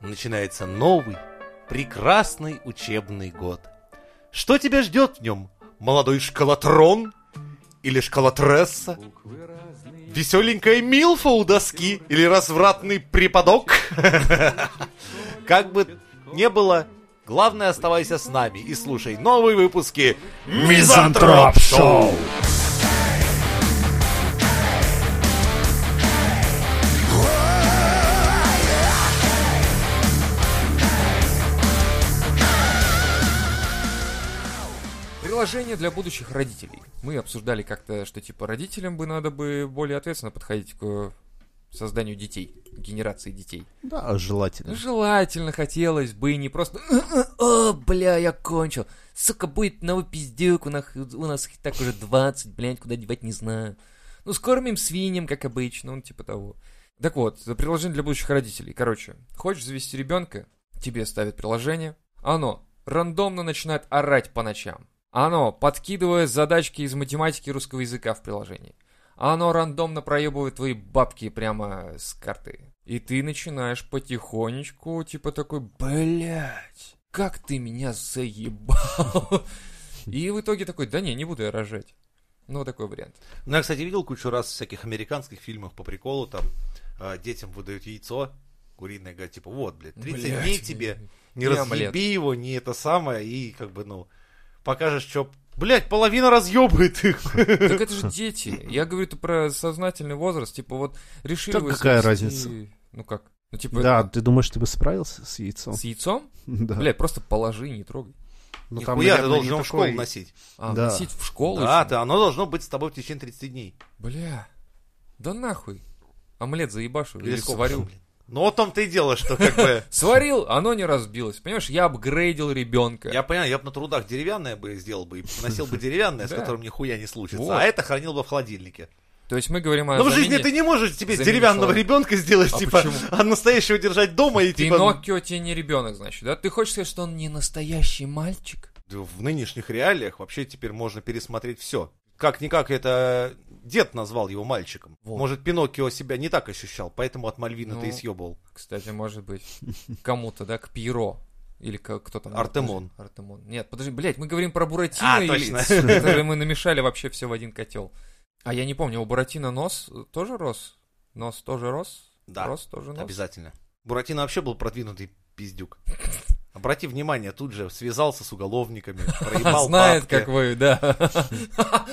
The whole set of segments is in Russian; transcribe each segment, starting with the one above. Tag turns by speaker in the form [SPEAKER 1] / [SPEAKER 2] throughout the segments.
[SPEAKER 1] начинается новый, прекрасный учебный год. Что тебя ждет в нем? Молодой школотрон? Или школотресса? Веселенькая милфа у доски? Или развратный преподок? Как бы не было, главное оставайся с нами и слушай новые выпуски
[SPEAKER 2] Мизантроп Шоу!
[SPEAKER 3] Приложение для будущих родителей. Мы обсуждали как-то, что типа родителям бы надо бы более ответственно подходить к э, созданию детей, к генерации детей.
[SPEAKER 2] Да, желательно.
[SPEAKER 3] Желательно хотелось бы не просто «О, бля, я кончил! Сука, будет новый пиздюк, у нас, у нас их так уже 20, блядь, куда девать не знаю». Ну, скормим свиньям, как обычно, он типа того. Так вот, приложение для будущих родителей. Короче, хочешь завести ребенка, тебе ставят приложение. Оно рандомно начинает орать по ночам. Оно подкидывает задачки из математики и русского языка в приложении. А Оно рандомно проебывает твои бабки прямо с карты. И ты начинаешь потихонечку, типа такой, блять, как ты меня заебал. И в итоге такой, да не, не буду я рожать. Ну, такой вариант.
[SPEAKER 1] Ну, я, кстати, видел кучу раз всяких американских фильмах по приколу, там, э, детям выдают яйцо куриное, говорят, типа, вот, блядь, 30
[SPEAKER 3] Блядь,
[SPEAKER 1] дней тебе, не
[SPEAKER 3] не омлет.
[SPEAKER 1] разъеби его, не это самое, и, как бы, ну, покажешь, что... Блядь, половина разъебывает их.
[SPEAKER 3] Так это же дети. Я говорю то про сознательный возраст. Типа вот решили
[SPEAKER 2] Так
[SPEAKER 3] вы
[SPEAKER 2] какая
[SPEAKER 3] завести- Ну как? Ну типа
[SPEAKER 2] Да, ты думаешь, ты бы справился с яйцом?
[SPEAKER 3] с яйцом?
[SPEAKER 2] Да.
[SPEAKER 3] Бля, просто положи, не трогай.
[SPEAKER 2] Ну,
[SPEAKER 1] Нихуя ты
[SPEAKER 2] наверное,
[SPEAKER 1] должен
[SPEAKER 2] не
[SPEAKER 1] его в школу
[SPEAKER 2] такой-
[SPEAKER 1] носить.
[SPEAKER 3] А,
[SPEAKER 2] Да.
[SPEAKER 3] носить в школу
[SPEAKER 1] Да,
[SPEAKER 3] ещё?
[SPEAKER 1] ты, оно должно быть с тобой в течение 30 дней.
[SPEAKER 3] Бля, да нахуй. Омлет заебашу или,
[SPEAKER 1] Или сколько
[SPEAKER 3] сварил.
[SPEAKER 1] там, блин. Ну, вот в том-то и дело, что как бы...
[SPEAKER 3] Сварил, оно не разбилось. Понимаешь, я апгрейдил ребенка.
[SPEAKER 1] Я понял, я бы на трудах деревянное бы сделал бы и носил бы деревянное, с
[SPEAKER 3] Да.
[SPEAKER 1] которым нихуя не случится,
[SPEAKER 3] Вот.
[SPEAKER 1] а это хранил бы в холодильнике.
[SPEAKER 3] То есть мы говорим о
[SPEAKER 1] Но Ну, в
[SPEAKER 3] замене
[SPEAKER 1] жизни ты не можешь тебе
[SPEAKER 3] замене
[SPEAKER 1] деревянного
[SPEAKER 3] человека.
[SPEAKER 1] ребенка сделать,
[SPEAKER 3] А
[SPEAKER 1] типа,
[SPEAKER 3] почему?
[SPEAKER 1] а настоящего держать дома и типа...
[SPEAKER 3] Пиноккио тебе не ребенок, значит, да? Ты хочешь сказать, что он не настоящий мальчик?
[SPEAKER 1] Да ну, В нынешних реалиях вообще теперь можно пересмотреть все. Как-никак это дед назвал его мальчиком.
[SPEAKER 3] Вот.
[SPEAKER 1] Может, Пиноккио себя не так ощущал, поэтому от Мальвина ты и
[SPEAKER 3] Ну,
[SPEAKER 1] съебал.
[SPEAKER 3] Кстати, может быть, кому-то, да, к Пьеро. Или к- кто там?
[SPEAKER 1] Артемон.
[SPEAKER 3] Подожди, Артемон. Нет, подожди, блядь, мы говорим про Буратино.
[SPEAKER 1] А,
[SPEAKER 3] или-
[SPEAKER 1] точно.
[SPEAKER 3] Это же мы намешали вообще все в один котел. А я не помню, у Буратино нос э, тоже рос? Нос тоже рос?
[SPEAKER 1] Да.
[SPEAKER 3] Рос тоже нос?
[SPEAKER 1] Обязательно. Буратино вообще был продвинутый пиздюк. Обрати внимание, тут же связался с уголовниками, проебал
[SPEAKER 3] Знает,
[SPEAKER 1] бабки.
[SPEAKER 3] как вы, да.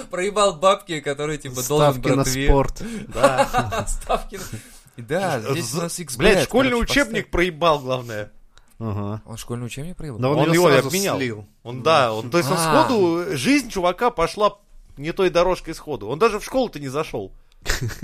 [SPEAKER 3] Проебал бабки, которые типа должен
[SPEAKER 2] Ставки на
[SPEAKER 3] братве.
[SPEAKER 2] спорт.
[SPEAKER 1] Да.
[SPEAKER 3] Ставки на... Да, здесь у
[SPEAKER 1] З-
[SPEAKER 3] нас X-Bet,
[SPEAKER 1] Блядь, школьный
[SPEAKER 3] короче,
[SPEAKER 1] учебник проебал, главное.
[SPEAKER 2] Ага.
[SPEAKER 3] поставь. Он школьный учебник проебал?
[SPEAKER 2] Да он,
[SPEAKER 1] Он
[SPEAKER 2] ее
[SPEAKER 1] его и
[SPEAKER 2] сразу
[SPEAKER 1] обменял.
[SPEAKER 2] слил.
[SPEAKER 1] Он, да, он, то есть он
[SPEAKER 3] А.
[SPEAKER 1] сходу, жизнь чувака пошла не той дорожкой сходу. Он даже в школу-то не зашел.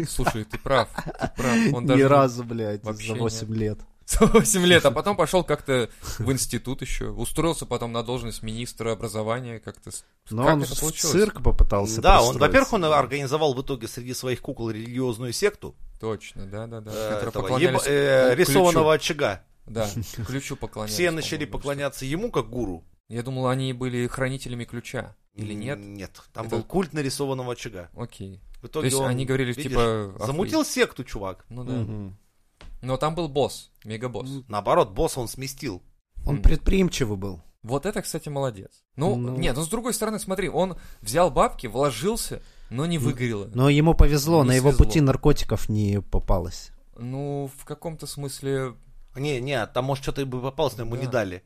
[SPEAKER 3] Слушай, ты прав. Ты прав. Он
[SPEAKER 2] Ни
[SPEAKER 3] даже не-
[SPEAKER 2] разу, блядь,
[SPEAKER 3] Вообще
[SPEAKER 2] за
[SPEAKER 3] нет.
[SPEAKER 2] 8 лет.
[SPEAKER 3] За 8 лет, а потом пошел как-то в институт еще. Устроился потом на должность министра образования как-то. с-
[SPEAKER 2] Но
[SPEAKER 3] Как
[SPEAKER 2] он
[SPEAKER 3] это
[SPEAKER 2] в
[SPEAKER 3] получилось?
[SPEAKER 2] цирк попытался
[SPEAKER 1] Да, он,
[SPEAKER 2] пристроиться.
[SPEAKER 1] во-первых, он организовал в итоге среди своих кукол религиозную секту
[SPEAKER 3] Точно, да-да-да.
[SPEAKER 1] э,
[SPEAKER 3] Которые
[SPEAKER 1] этого,
[SPEAKER 3] поклонялись
[SPEAKER 1] еба- э,
[SPEAKER 3] ну, ключу.
[SPEAKER 1] рисованного очага.
[SPEAKER 3] Да, ключу поклонялись.
[SPEAKER 1] Все начали
[SPEAKER 3] по-моему,
[SPEAKER 1] поклоняться ему как гуру.
[SPEAKER 3] что-то. Я думал, они были хранителями ключа. Или нет?
[SPEAKER 1] Нет, там
[SPEAKER 3] Это-
[SPEAKER 1] был культ нарисованного очага.
[SPEAKER 3] Окей.
[SPEAKER 1] В
[SPEAKER 3] То
[SPEAKER 1] итоге
[SPEAKER 3] есть
[SPEAKER 1] он,
[SPEAKER 3] они говорили,
[SPEAKER 1] видишь,
[SPEAKER 3] типа... охуеть.
[SPEAKER 1] замутил секту, чувак.
[SPEAKER 3] Ну да.
[SPEAKER 2] Мгм.
[SPEAKER 3] Но там был босс, мегабосс.
[SPEAKER 1] Наоборот, босса он сместил.
[SPEAKER 2] Он
[SPEAKER 3] М.
[SPEAKER 2] предприимчивый был.
[SPEAKER 3] Вот это, кстати, молодец. Ну,
[SPEAKER 2] Ну.
[SPEAKER 3] нет, ну с другой стороны, смотри, он взял бабки, вложился, но не
[SPEAKER 2] Ну,
[SPEAKER 3] выгорело.
[SPEAKER 2] Но ему повезло,
[SPEAKER 3] Не
[SPEAKER 2] на его
[SPEAKER 3] свезло.
[SPEAKER 2] пути наркотиков не попалось.
[SPEAKER 3] Ну, в каком-то смысле...
[SPEAKER 1] Не, не, там, может, что-то и бы попалось, но ему не
[SPEAKER 3] Да.
[SPEAKER 1] дали.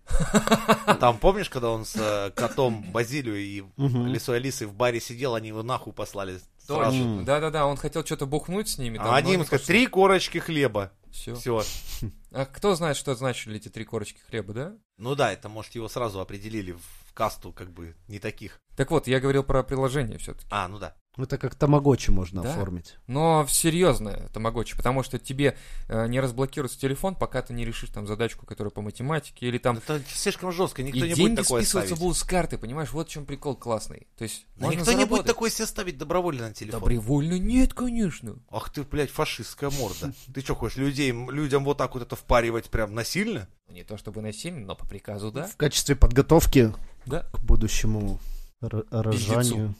[SPEAKER 1] Там, помнишь, когда он с э, котом Базилию и
[SPEAKER 2] Мгм.
[SPEAKER 1] Лисой Алисой в баре сидел, они его нахуй послали сразу.
[SPEAKER 2] М.
[SPEAKER 3] Да-да-да, он хотел что-то бухнуть с ними.
[SPEAKER 1] А они ему сказали, три корочки хлеба.
[SPEAKER 3] Все.
[SPEAKER 1] Все.
[SPEAKER 3] А кто знает, что значили эти три корочки хлеба, да?
[SPEAKER 1] Ну да, это, может, его сразу определили в касту, как бы, не таких.
[SPEAKER 3] Так вот, я говорил про приложение все-таки.
[SPEAKER 1] А, ну да.
[SPEAKER 2] Это как тамагочи можно
[SPEAKER 3] Да.
[SPEAKER 2] оформить.
[SPEAKER 3] Но серьезно, Тамагочи, потому что тебе э, не разблокируется телефон, пока ты не решишь там задачку, которая по математике или там...
[SPEAKER 1] Это слишком жестко, никто
[SPEAKER 3] и
[SPEAKER 1] не будет
[SPEAKER 3] деньги
[SPEAKER 1] такое
[SPEAKER 3] списываться
[SPEAKER 1] ставить.
[SPEAKER 3] будут с карты, понимаешь? Вот в чем прикол классный. То есть
[SPEAKER 1] Да
[SPEAKER 3] можно
[SPEAKER 1] никто не будет
[SPEAKER 3] заработать.
[SPEAKER 1] такое себе ставить добровольно на телефон.
[SPEAKER 3] Добровольно? Нет, конечно.
[SPEAKER 1] Ах ты, блядь, фашистская морда. Ты что, хочешь людей, людям вот так вот это впаривать прям насильно?
[SPEAKER 3] Ну, Не то чтобы насильно, но по приказу, да.
[SPEAKER 2] В качестве подготовки
[SPEAKER 3] Да.
[SPEAKER 2] к будущему р- рожанию.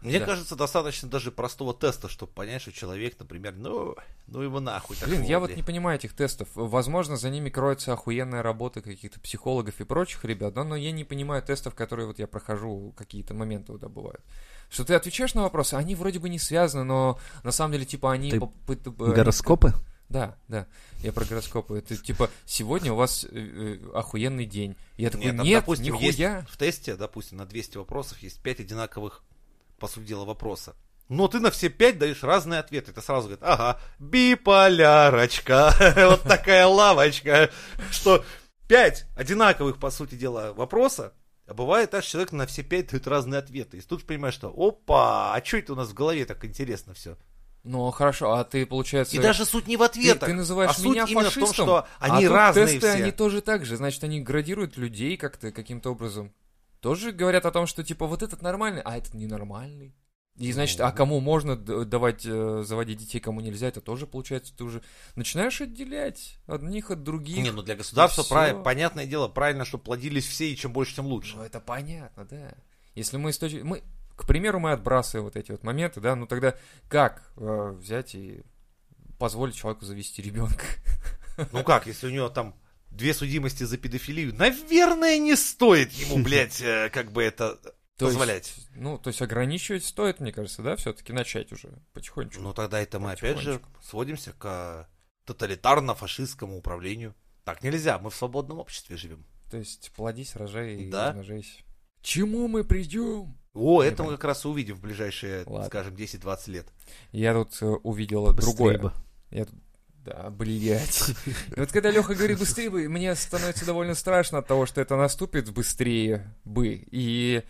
[SPEAKER 1] Мне
[SPEAKER 3] Да.
[SPEAKER 1] кажется, достаточно даже простого теста, чтобы понять, что человек, например, ну, ну его нахуй. так
[SPEAKER 3] Блин, я вот
[SPEAKER 1] Лондри.
[SPEAKER 3] не понимаю этих тестов. Возможно, за ними кроется охуенная работа каких-то психологов и прочих ребят, да, но я не понимаю тестов, которые вот я прохожу, какие-то моменты вот, да, бывают. Что ты отвечаешь на вопросы, они вроде бы не связаны, но на самом деле, типа, они...
[SPEAKER 2] Ты
[SPEAKER 3] попыт- э,
[SPEAKER 2] Гороскопы?
[SPEAKER 3] Да, да, я про гороскопы. Это типа, сегодня у вас э, э, охуенный день. Я такой,
[SPEAKER 1] Нет,
[SPEAKER 3] нет,
[SPEAKER 1] там, допустим, есть
[SPEAKER 3] нихуя.
[SPEAKER 1] в тесте, допустим, на 200 вопросов есть 5 одинаковых, по сути дела, вопроса. Но ты на все пять даешь разные ответы. Ты сразу говорит, ага, биполярочка, вот такая лавочка, что пять одинаковых, по сути дела, вопроса, а бывает аж человек на все пять дает разные ответы. И тут же понимаешь, что опа, а что это у нас в голове так интересно все?
[SPEAKER 3] Ну, хорошо, а ты, получается...
[SPEAKER 1] И даже суть не в
[SPEAKER 3] Ты,
[SPEAKER 1] ответах.
[SPEAKER 3] ты называешь
[SPEAKER 1] а суть
[SPEAKER 3] меня
[SPEAKER 1] именно
[SPEAKER 3] фашистом,
[SPEAKER 1] в том, что они
[SPEAKER 3] а тут
[SPEAKER 1] разные
[SPEAKER 3] тесты,
[SPEAKER 1] все.
[SPEAKER 3] они тоже так же, значит, они градируют людей как-то, каким-то образом. Тоже говорят о том, что, типа, вот этот нормальный, а этот ненормальный. И,
[SPEAKER 1] Ну,
[SPEAKER 3] значит, а кому можно д- давать, э, заводить детей, кому нельзя, это тоже, получается, ты уже начинаешь отделять одних от других.
[SPEAKER 1] Не, ну для государства,
[SPEAKER 3] всё.
[SPEAKER 1] прав- понятное дело, правильно, что плодились все, и чем больше, тем лучше.
[SPEAKER 3] Ну, это понятно, да. Если мы с точки- Мы, к примеру, мы отбрасываем вот эти вот моменты, да, ну тогда как э, взять и позволить человеку завести ребенка?
[SPEAKER 1] Ну как, если у него там две судимости за педофилию, наверное, не стоит ему, блядь, э, как бы это
[SPEAKER 3] То есть-
[SPEAKER 1] позволять.
[SPEAKER 3] Ну, то есть ограничивать стоит, мне кажется, да, все-таки начать уже потихонечку.
[SPEAKER 1] Ну тогда это мы опять же
[SPEAKER 3] Потихонечку.
[SPEAKER 1] сводимся к э, тоталитарно-фашистскому управлению. Так нельзя, мы в свободном обществе живем.
[SPEAKER 3] То есть плодись, рожай и
[SPEAKER 1] Да.
[SPEAKER 3] размножайся. К Чему мы придем?
[SPEAKER 1] О,
[SPEAKER 3] Я
[SPEAKER 1] это мы
[SPEAKER 3] понял.
[SPEAKER 1] как раз и увидим в ближайшие,
[SPEAKER 3] Ладно.
[SPEAKER 1] скажем, 10-20 лет.
[SPEAKER 3] Я тут э, увидел
[SPEAKER 2] Быстрее
[SPEAKER 3] другое.
[SPEAKER 2] бы.
[SPEAKER 3] Я тут- Да, блядь. И Вот когда Леха говорит быстрее бы, мне становится довольно страшно от того, что это наступит быстрее бы. И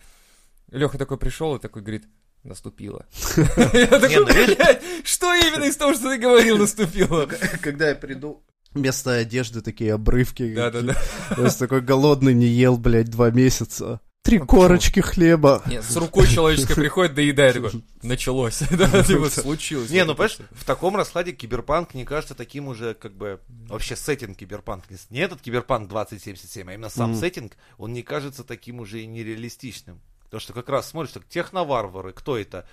[SPEAKER 3] Леха такой пришел и такой говорит, наступило. Я такой,
[SPEAKER 1] ну видишь-
[SPEAKER 3] блядь, что именно из того, что ты говорил, наступило?
[SPEAKER 2] Когда я приду... Вместо одежды такие обрывки.
[SPEAKER 3] Да-да-да.
[SPEAKER 2] Я с такой голодный, не ел, блядь, два месяца. Три
[SPEAKER 3] А почему?
[SPEAKER 2] корочки хлеба.
[SPEAKER 3] Нет, с рукой человеческой приходит, доедает, такой, началось. Да, типа, случилось.
[SPEAKER 1] Не, ну понимаешь, в таком раскладе киберпанк не кажется таким уже, как бы, вообще сеттинг киберпанк. Не с- Не этот киберпанк 2077, а именно сам
[SPEAKER 2] Мгм.
[SPEAKER 1] сеттинг, он не кажется таким уже и нереалистичным. Потому что как раз смотришь, так техноварвары, кто это?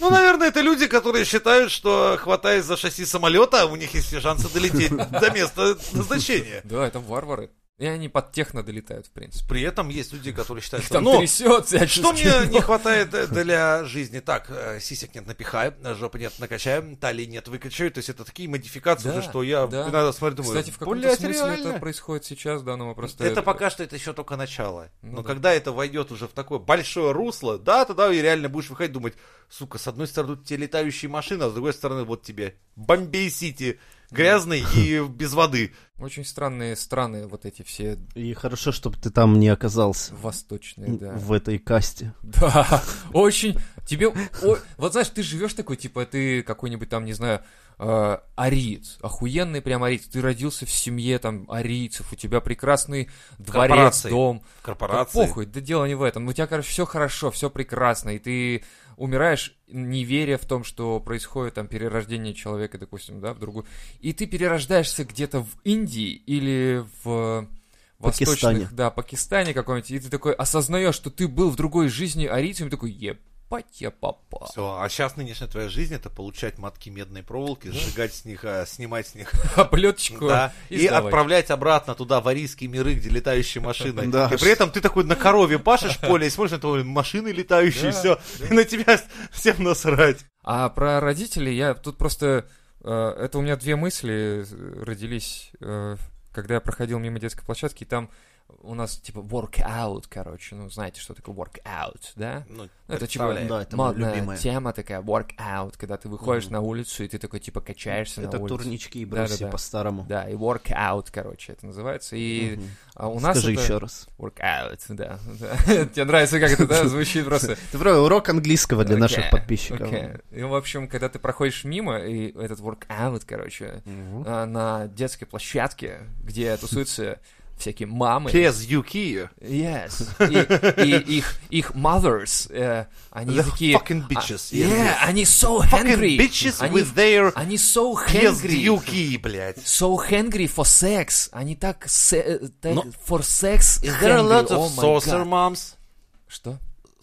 [SPEAKER 1] Ну, наверное, это люди, которые считают, что хватаясь за шасси самолета, у них есть все шансы долететь до места назначения.
[SPEAKER 3] Да, это варвары. И они под техно долетают, в принципе.
[SPEAKER 1] При этом есть люди, которые считают, что...
[SPEAKER 3] Там
[SPEAKER 1] «Ну,
[SPEAKER 3] трясется.
[SPEAKER 1] Что мне не хватает э, для жизни? Так, э, сисек нет, напихаю, э, жопы нет, накачаю, талии нет, выкачаю. То есть это такие модификации
[SPEAKER 3] Да,
[SPEAKER 1] уже, что я
[SPEAKER 3] да.
[SPEAKER 1] иногда смотрю, думаю,
[SPEAKER 3] Кстати, в каком-то
[SPEAKER 1] «Блядь,
[SPEAKER 3] смысле
[SPEAKER 1] реально?»
[SPEAKER 3] это происходит сейчас, да, но мы просто...
[SPEAKER 1] Это пока что это еще только начало.
[SPEAKER 3] Ну
[SPEAKER 1] Но
[SPEAKER 3] да.
[SPEAKER 1] когда это войдет уже в такое большое русло, да, тогда и реально будешь выходить думать, сука, с одной стороны тут тебе летающие машины, а с другой стороны вот тебе Бомбей-Сити, грязный и без воды.
[SPEAKER 3] Очень странные страны вот эти все
[SPEAKER 2] И хорошо, чтобы ты там не оказался.
[SPEAKER 3] восточные, да.
[SPEAKER 2] В этой касте.
[SPEAKER 3] Да, очень. Тебе... о- Вот знаешь, ты живешь такой, типа, ты какой-нибудь там, не знаю, э, ариец, охуенный прям ариец. Ты родился в семье там арийцев, у тебя прекрасный дворец,
[SPEAKER 1] Корпорации.
[SPEAKER 3] дом. Да
[SPEAKER 1] Корпорации.
[SPEAKER 3] похуй, да дело не в этом. У тебя, короче, все хорошо, все прекрасно, и ты умираешь, не веря в том, что происходит там перерождение человека, допустим, да, в другую. И ты перерождаешься где-то в Индии или в э, восточных,
[SPEAKER 2] Пакистане.
[SPEAKER 3] да, Пакистане каком-нибудь, и ты такой осознаешь, что ты был в другой жизни арийцем, и такой, ебать, я попал.
[SPEAKER 1] Все, а сейчас нынешняя твоя жизнь это получать матки медной проволоки, сжигать с них, э, снимать с них
[SPEAKER 3] Оплеточку.
[SPEAKER 1] Да. И
[SPEAKER 3] сдавай.
[SPEAKER 1] отправлять обратно туда, в арийские миры, где летающие машины.
[SPEAKER 2] Да.
[SPEAKER 1] И при этом ты такой на корове пашешь в поле и смотришь на твои машины летающие,
[SPEAKER 3] Да,
[SPEAKER 1] все. И на тебя с- всем насрать.
[SPEAKER 3] А про родителей я тут просто... э, Это у меня две мысли э, родились, э, когда я проходил мимо детской площадки, и там у нас типа workout, короче. Ну, знаете, что такое workout, да?
[SPEAKER 1] Ну,
[SPEAKER 3] Ну, это типа
[SPEAKER 1] представляю.
[SPEAKER 2] Да, это моё
[SPEAKER 3] модная
[SPEAKER 2] любимое.
[SPEAKER 3] тема такая, workout, когда ты выходишь
[SPEAKER 2] Мгм.
[SPEAKER 3] на улицу, и ты такой типа качаешься
[SPEAKER 2] Это
[SPEAKER 3] на улице.
[SPEAKER 2] турнички и
[SPEAKER 3] Да-да-да.
[SPEAKER 2] брусья по-старому.
[SPEAKER 3] Да, и workout, короче, это называется. И
[SPEAKER 2] Мгм.
[SPEAKER 3] а, у нас
[SPEAKER 2] Скажи
[SPEAKER 3] это...
[SPEAKER 2] еще раз.
[SPEAKER 3] Workout, да. да. Тебе нравится, как это да, звучит просто.
[SPEAKER 2] Это вроде урок английского для
[SPEAKER 3] Окей,
[SPEAKER 2] наших подписчиков.
[SPEAKER 3] окей. И, в общем, когда ты проходишь мимо, и этот workout, короче,
[SPEAKER 2] Мгм.
[SPEAKER 3] а, на детской площадке, где тусуются всякие мамы.
[SPEAKER 1] Пес Юки.
[SPEAKER 3] Yes. И, и их, их mothers, э, они
[SPEAKER 1] The
[SPEAKER 3] такие...
[SPEAKER 1] fucking bitches.
[SPEAKER 3] А, yeah, они so
[SPEAKER 1] Fucking
[SPEAKER 3] hungry.
[SPEAKER 1] bitches
[SPEAKER 3] они,
[SPEAKER 1] with their
[SPEAKER 3] они so
[SPEAKER 1] Пес
[SPEAKER 3] hungry.
[SPEAKER 1] Юки, блядь.
[SPEAKER 3] So hungry for sex. Они так... се- э, так
[SPEAKER 1] Но-
[SPEAKER 3] For sex
[SPEAKER 1] Ну, There are a
[SPEAKER 3] hungry.
[SPEAKER 1] lot of
[SPEAKER 3] Oh my
[SPEAKER 1] saucer
[SPEAKER 3] God.
[SPEAKER 1] moms.
[SPEAKER 3] Что?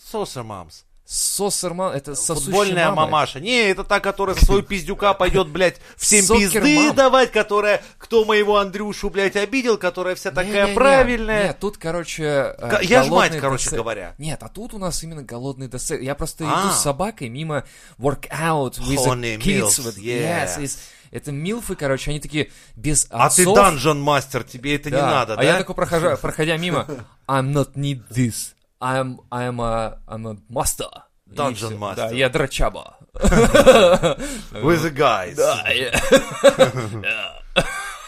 [SPEAKER 1] Saucer moms.
[SPEAKER 3] Сосерман, это сосущая
[SPEAKER 1] Футбольная
[SPEAKER 3] мама.
[SPEAKER 1] мамаша. Не, это та, которая со своего пиздюка пойдет, блядь, всем
[SPEAKER 3] Сокер
[SPEAKER 1] пизды
[SPEAKER 3] мам.
[SPEAKER 1] давать, которая, кто моего Андрюшу, блядь, обидел, которая вся такая
[SPEAKER 3] Не-не-не.
[SPEAKER 1] правильная.
[SPEAKER 3] Нет, тут, короче... э,
[SPEAKER 1] Ка- я ж мать,
[SPEAKER 3] голодный
[SPEAKER 1] короче
[SPEAKER 3] десерт.
[SPEAKER 1] говоря.
[SPEAKER 3] Нет, а тут у нас именно голодный десерт. Я просто
[SPEAKER 1] А.
[SPEAKER 3] иду с собакой мимо workout with the
[SPEAKER 1] Honey
[SPEAKER 3] kids.
[SPEAKER 1] milfs,
[SPEAKER 3] with-
[SPEAKER 1] yeah.
[SPEAKER 3] yes, it's- Это милфы, короче, они такие без
[SPEAKER 1] А ты
[SPEAKER 3] отцов.
[SPEAKER 1] данжен мастер, тебе это не
[SPEAKER 3] Да.
[SPEAKER 1] надо,
[SPEAKER 3] а
[SPEAKER 1] да?
[SPEAKER 3] я такой, прохожу, проходя мимо, I'm not need this. I'm, I'm, a, I'm a master. И
[SPEAKER 1] Dungeon
[SPEAKER 3] всё.
[SPEAKER 1] master.
[SPEAKER 3] Да, я драчаба.
[SPEAKER 1] With the guys.
[SPEAKER 3] А я-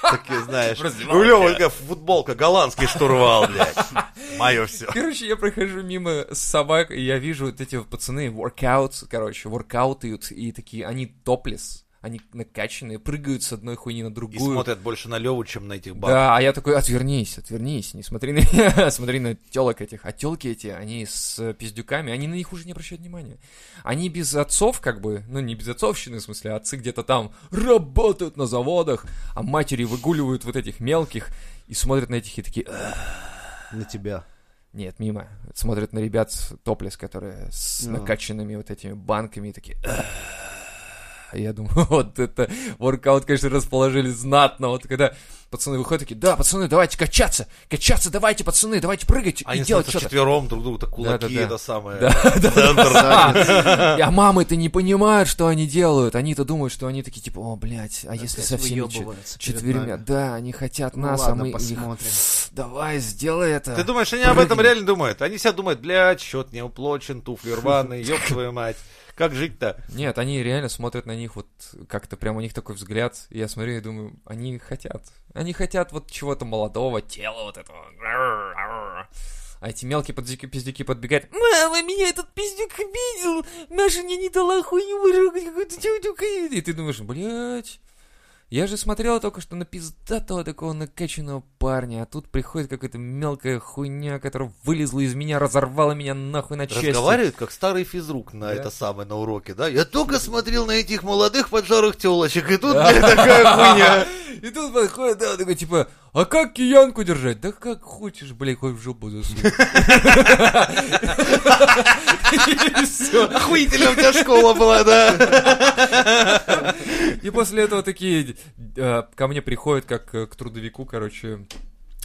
[SPEAKER 1] Такие, знаешь.
[SPEAKER 3] Развивалки.
[SPEAKER 1] У Лёва такая футболка голландский штурвал, блядь. Мое все.
[SPEAKER 3] Короче, я прохожу мимо собак, и я вижу вот эти вот пацаны workouts, короче, воркаутают, и такие, они топлес, они накачанные, прыгают с одной хуйни на
[SPEAKER 1] И
[SPEAKER 3] другую.
[SPEAKER 1] смотрят больше на Леву, чем на этих баб.
[SPEAKER 3] Да, а я такой, отвернись, отвернись, не смотри на меня, смотри на телок этих. А телки эти, они с э, пиздюками, они на них уже не обращают внимания. Они без отцов, как бы, ну не без отцовщины, в смысле, а отцы где-то там работают на заводах, а матери выгуливают вот этих мелких и смотрят на этих и такие, «Эх».
[SPEAKER 2] на тебя.
[SPEAKER 3] нет, мимо, смотрят на ребят с топлес, которые с
[SPEAKER 2] А.
[SPEAKER 3] накачанными вот этими банками и такие, «Эх». А я думаю, вот это воркаут, конечно, расположили знатно. Вот когда пацаны выходят, такие, да, пацаны, давайте качаться, качаться, давайте, пацаны, давайте прыгать и
[SPEAKER 2] А
[SPEAKER 1] Они
[SPEAKER 3] делать
[SPEAKER 1] становятся
[SPEAKER 3] что-то.
[SPEAKER 1] вчетвером друг другу, так кулаки,
[SPEAKER 3] Да-да-да.
[SPEAKER 1] это самое.
[SPEAKER 3] Да,
[SPEAKER 1] Центр.
[SPEAKER 3] А мамы-то не понимают, что они делают. Они-то думают, что они такие, типа, о, блядь, а если со всеми чет-
[SPEAKER 2] выебываются перед
[SPEAKER 3] четвермя?
[SPEAKER 2] нами.
[SPEAKER 3] Да, они хотят
[SPEAKER 2] Ну
[SPEAKER 3] нас,
[SPEAKER 2] ладно,
[SPEAKER 3] а мы их...
[SPEAKER 2] посмотрим.
[SPEAKER 3] Давай, сделай это.
[SPEAKER 1] Ты думаешь, они об этом
[SPEAKER 3] Прыгни.
[SPEAKER 1] реально думают? Они себя думают, блядь, счет не уплочен, туфли рваные, ёб твою мать. Как жить-то?
[SPEAKER 3] Нет, они реально смотрят на них вот как-то прям у них такой взгляд. И я смотрю и думаю, они хотят. Они хотят вот чего-то молодого, тела вот этого. А эти мелкие подзюки- пиздюки подбегают. Мама, меня этот пиздюк обидел! Маша мне не дала хуйню, Маша какую-то тюдюк». И ты думаешь, блядь, я же смотрел только что на пиздатого такого накачанного парня, а тут приходит какая-то мелкая хуйня, которая вылезла из меня, разорвала меня нахуй на части.
[SPEAKER 1] Разговаривают, как старый физрук на
[SPEAKER 3] Да.
[SPEAKER 1] это самое, на уроке, да? Я только смотрел на этих молодых поджарых телочек, и тут блядь, такая хуйня.
[SPEAKER 3] И тут подходит, да, такой, типа, а как киянку держать? Да как хочешь, блядь, хоть в жопу засунь. И всё.
[SPEAKER 1] Охуительно у тебя школа была, да?
[SPEAKER 3] И после этого такие э, ко мне приходят, как э, к трудовику, короче,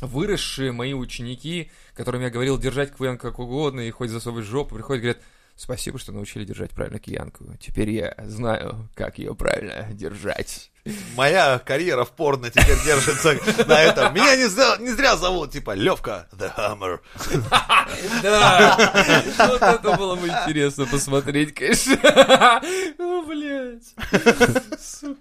[SPEAKER 3] выросшие мои ученики, которым я говорил держать киянку как угодно и хоть засовывать в жопу, приходят, говорят, спасибо, что научили держать правильно киянку. Теперь я знаю, как ее правильно держать.
[SPEAKER 1] Моя карьера в порно теперь держится на этом. Меня не зря, не зря зовут, типа, Левка The Hammer.
[SPEAKER 3] Да, Ну, вот это было бы интересно посмотреть, конечно. О, блядь. Сука.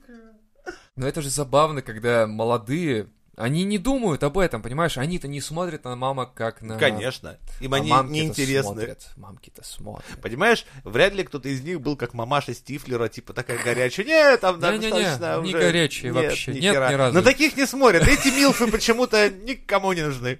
[SPEAKER 3] Но это же забавно, когда молодые, они не думают об этом, понимаешь? Они-то не смотрят на мамок как на...
[SPEAKER 1] Конечно. Им
[SPEAKER 3] а
[SPEAKER 1] они
[SPEAKER 3] мамки-то
[SPEAKER 1] неинтересны.
[SPEAKER 3] смотрят, Мамки-то смотрят.
[SPEAKER 1] Понимаешь, вряд ли кто-то из них был как мамаша Стифлера, типа такая горячая. Нет, там
[SPEAKER 3] Не-не-не,
[SPEAKER 1] достаточно
[SPEAKER 3] не
[SPEAKER 1] уже.
[SPEAKER 3] горячие вообще.
[SPEAKER 1] ни
[SPEAKER 3] Нет,
[SPEAKER 1] хера.
[SPEAKER 3] ни разу.
[SPEAKER 1] На таких не смотрят. Эти милфы почему-то никому не нужны.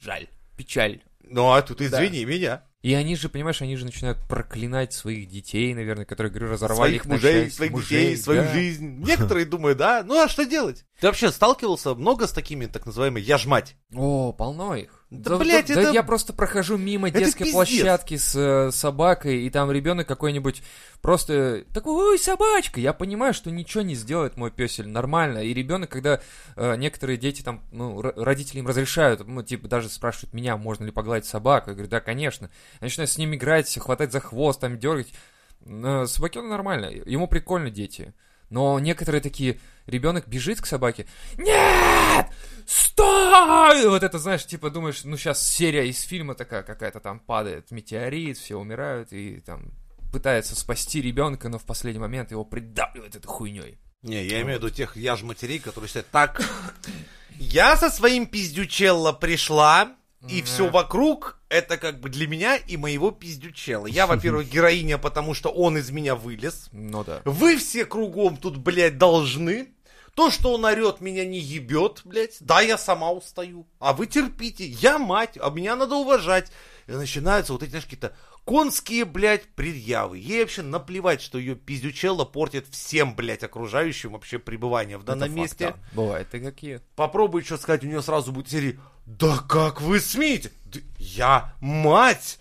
[SPEAKER 3] Жаль. Печаль.
[SPEAKER 1] Ну, а тут извини меня.
[SPEAKER 3] И они же, понимаешь, они же начинают проклинать своих детей, наверное, которые, говорю, разорвали
[SPEAKER 1] Своих
[SPEAKER 3] их на
[SPEAKER 1] мужей,
[SPEAKER 3] части,
[SPEAKER 1] своих
[SPEAKER 3] мужей,
[SPEAKER 1] детей, свою
[SPEAKER 3] да.
[SPEAKER 1] жизнь. Некоторые думают, да, ну а что делать? Ты вообще сталкивался много с такими так называемыми «я ж мать»?
[SPEAKER 3] О, полно их.
[SPEAKER 1] Да, блядь,
[SPEAKER 3] да
[SPEAKER 1] это-
[SPEAKER 3] я просто прохожу мимо
[SPEAKER 1] это
[SPEAKER 3] детской
[SPEAKER 1] пиздец.
[SPEAKER 3] площадки с э, собакой, и там ребенок какой-нибудь просто такой, ой, собачка. Я понимаю, что ничего не сделает мой песель, нормально. И ребенок, когда э, некоторые дети там, ну, р- родители им разрешают, ну, типа, даже спрашивают меня, можно ли погладить собаку. Я говорю, да, конечно. Я начинаю с ним играть, хватать за хвост, там, дергать. Э, Собаке он нормально, ему прикольно дети. Но некоторые такие, ребенок бежит к собаке, нет, стой! Вот это, знаешь, типа думаешь, ну сейчас серия из фильма такая какая-то там падает, метеорит, все умирают и там пытается спасти ребенка, но в последний момент его придавливает этой хуйней.
[SPEAKER 1] Не, я имею в виду тех «я ж матерей», которые считают так. Я со своим пиздючелло пришла, и
[SPEAKER 3] Мгм.
[SPEAKER 1] все вокруг это как бы для меня и моего пиздючелла. Я, во-первых, героиня, потому что он из меня вылез.
[SPEAKER 3] Ну да.
[SPEAKER 1] Вы все кругом тут, блядь, должны. То, что он орет, меня не ебет, блядь. Да, я сама устаю. А вы терпите. Я мать, а меня надо уважать. И начинаются вот эти, знаешь, какие-то конские, блядь, предъявы. Ей вообще наплевать, что ее пиздючелло портит всем, блядь, окружающим вообще пребывание в данном
[SPEAKER 3] Это факт,
[SPEAKER 1] месте.
[SPEAKER 3] да. Бывает и какие.
[SPEAKER 1] Попробуй что сказать, у нее сразу будет серии «Да как вы смеете? Да я мать!»